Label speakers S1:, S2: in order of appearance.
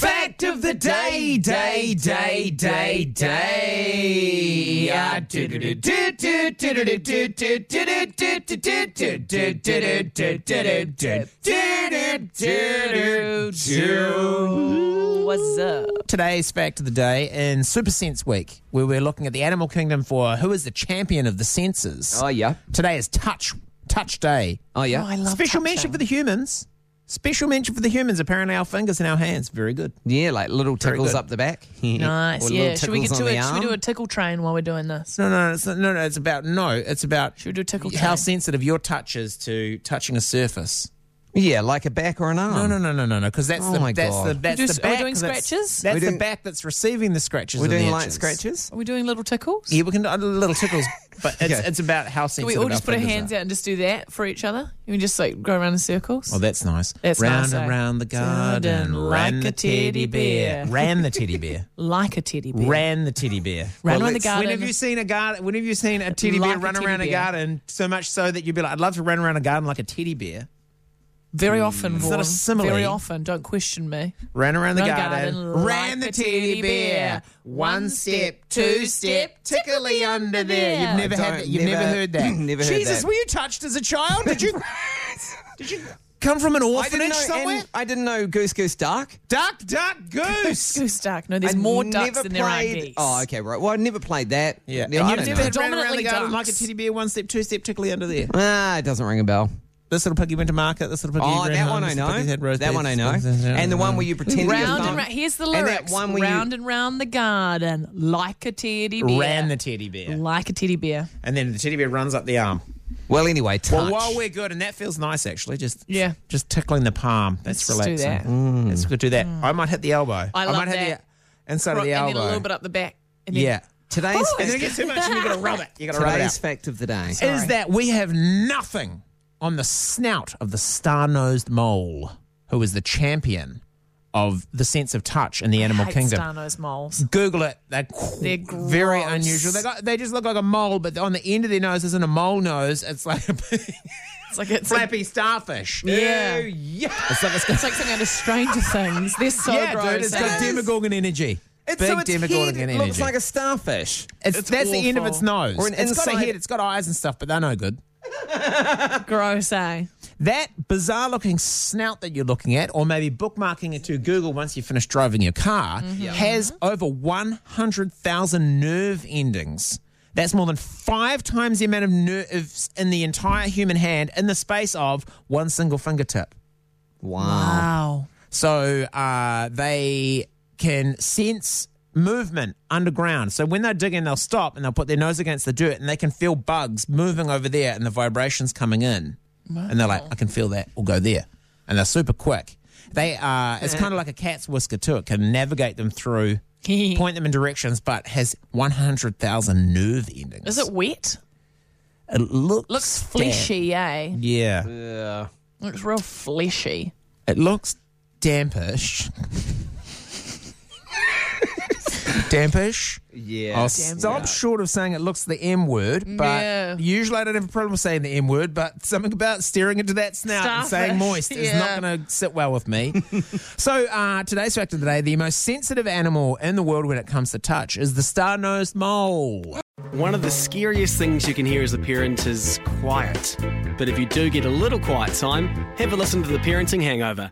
S1: fact of the day, day, day, day, day. Ah, do-do-do-do-do-do-do-do-do-do-do-do-do-do-do-do-do.
S2: What's up?
S1: Today's fact of the day in Super Sense Week, where we're looking at the animal kingdom for who is the champion of the senses.
S2: Oh yeah.
S1: Today is touch, touch day.
S2: Oh yeah.
S1: Special mention for the humans. Special mention for the humans. Apparently, our fingers and our hands very good.
S2: Yeah, like little tickles
S1: good.
S2: up the back.
S1: Nice,
S2: Or little
S3: Yeah, should we get
S2: tickles
S3: to
S2: on the
S3: it? Should we
S2: arm.
S3: do a tickle train while we're doing this?
S1: No, no, it's, no, no. It's about no. It's about
S3: Should we do tickle
S1: how
S3: train?
S1: sensitive your touch is to touching a surface.
S2: Yeah, like a back or an arm.
S1: No, no, no, no, no, no. Because that's
S2: Oh
S1: the
S2: my
S1: that's
S2: God.
S1: the that's
S3: do- are
S1: the
S3: we
S1: back.
S3: doing
S1: that's-
S3: scratches?
S1: That's
S2: We're
S1: the
S2: doing-
S1: back that's receiving the scratches.
S2: We're
S1: and the
S2: doing light
S1: itches.
S2: scratches.
S3: Are we doing little tickles?
S1: Yeah, we can do a little tickles, but it's,
S2: Okay.
S1: it's about how
S3: Can
S1: sensitive.
S3: we all just
S1: our
S3: put our
S1: fingers
S3: hands
S1: are.
S3: out and just do that for each other? You can just like go around in circles.
S1: Oh, that's nice.
S3: That's
S1: round
S3: nice, eh?
S1: and round the garden,
S3: Garden,
S1: ran
S3: like
S1: the
S3: a
S1: teddy
S3: teddy bear.
S1: bear, ran the teddy bear,
S3: like a teddy bear.
S1: ran the teddy bear.
S3: Ran around the
S2: let's-
S3: garden.
S1: When have you seen a garden? When have you seen a teddy bear
S3: Like a
S1: run
S3: teddy
S1: around a
S3: bear.
S1: garden so much so that you'd be like, I'd love to run around a garden like a teddy bear.
S3: Very often,
S1: not Mm. a
S3: Vaughan.
S1: simile.
S3: Very often. Don't question me.
S1: Ran around the
S3: Run
S1: garden,
S3: garden
S1: ran
S3: like
S1: the
S3: a
S1: teddy
S3: teddy
S1: bear.
S3: bear.
S1: One step, two step, tickly under there. You've
S3: there.
S1: never
S2: Don't-
S1: had that. You've never,
S2: never-
S1: heard that.
S2: never heard
S1: Jesus,
S2: that.
S1: were you touched as a child? Did you? did you come from an
S2: I didn't
S1: orphanage
S2: know.
S1: somewhere?
S2: and I didn't know Goose Goose Dark.
S1: duck, duck, goose.
S3: Goose duck. No, there's
S2: I
S3: more ducks
S2: never
S3: than there are
S2: played-
S3: geese.
S2: Oh, okay, right. Well, I never played that.
S1: Yeah,
S2: I
S1: and
S2: don't
S1: you've
S2: know.
S1: never ran around the
S3: Predominantly
S1: garden like
S3: ducks.
S1: a teddy bear, one step, two step, tickly under there.
S2: Ah, it doesn't ring a bell.
S1: This little piggy went to market. This little piggy.
S2: Oh,
S1: ran
S2: that
S1: home,
S2: one I
S1: this piggy had
S2: know.
S1: rose
S2: That one I
S1: petals,
S2: know.
S1: this piggy had-
S2: And the one where you pretend you're
S3: Round
S2: thumb-
S3: and round. Here's the
S2: And
S3: lyrics.
S2: that one where
S3: round
S2: you
S3: and round the garden, like a teddy bear.
S1: ran the teddy bear,
S3: like a teddy bear.
S1: and then the teddy bear runs up the arm.
S2: Well, anyway,
S1: Well,
S2: touch.
S1: while we're good, and that feels nice actually. Just
S3: Yeah.
S1: just tickling the palm. That's
S3: Let's do
S1: relaxing.
S3: that.
S1: Let's go do that. I might hit the elbow. Mm. I,
S3: love
S1: might hit
S3: that.
S1: the inside of
S3: Right,
S1: the
S3: and
S1: elbow.
S3: then a little bit up the back. And then
S1: yeah.
S2: Today's
S1: And then
S2: fact,
S1: it gets too much, and you gotta rub it. You gotta rub it
S2: today's
S1: out.
S2: fact of the day.
S1: Is that we have nothing on the snout of the star-nosed mole, who is the champion of the sense of touch in the animal
S3: hate
S1: kingdom.
S3: Starno's moles.
S1: Google it. They're,
S3: They're
S1: very
S3: gross.
S1: unusual. They got they just look like a mole, but on the end of their nose isn't a mole nose. It's like a big
S3: It's like it's like,
S1: flappy starfish.
S2: Oh,
S3: Yeah.
S1: Ew, yeah. It's like it's got,
S3: it's like something out of Stranger Things. They're so
S1: yeah,
S3: gross.
S1: dude. It's got
S3: eh?
S1: demogorgon energy.
S2: It's
S1: Big
S2: so its
S1: demogorgon
S2: head
S1: energy.
S2: looks like a starfish.
S1: it's,
S3: it's
S1: that's the end of
S3: awful.
S1: its nose.
S2: Or an
S1: it's got a
S2: inside-
S1: head. It's got eyes and stuff, but they're no good.
S3: gross, eh?
S1: That bizarre looking snout that you're looking at, or maybe bookmarking it to Google once you finish driving your car, has over 100,000 nerve endings. That's more than five times the amount of nerves in the entire human hand in the space of one single fingertip. Oh.
S2: Wow.
S3: Wow.
S1: So uh, they can sense movement underground. So when they're digging, they'll stop and they'll put their nose against the dirt and they can feel bugs moving over there and the vibrations coming in. And they're like, I can feel that. We'll go there. And they're super quick. They are, it's kind of like a cat's whisker too. It can navigate them through, point them in directions, but has 100,000 nerve endings.
S3: Is it wet?
S1: It looks,
S3: Looks fleshy, eh?
S1: Yeah.
S2: Yeah.
S3: Looks real fleshy.
S1: It looks dampish. dampish.
S2: Yeah.
S1: I'll stop short of saying it looks the M word, but
S3: Yeah.
S1: usually I don't have a problem with saying the M word, but something about staring into that snout and saying
S3: Starfish,
S1: moist is
S3: yeah.
S1: not going to sit well with me. so uh, today's fact of the day, the most sensitive animal in the world when it comes to touch is the star-nosed mole.
S4: One of the scariest things you can hear as a parent is quiet. But if you do get a little quiet time, have a listen to The Parenting Hangover.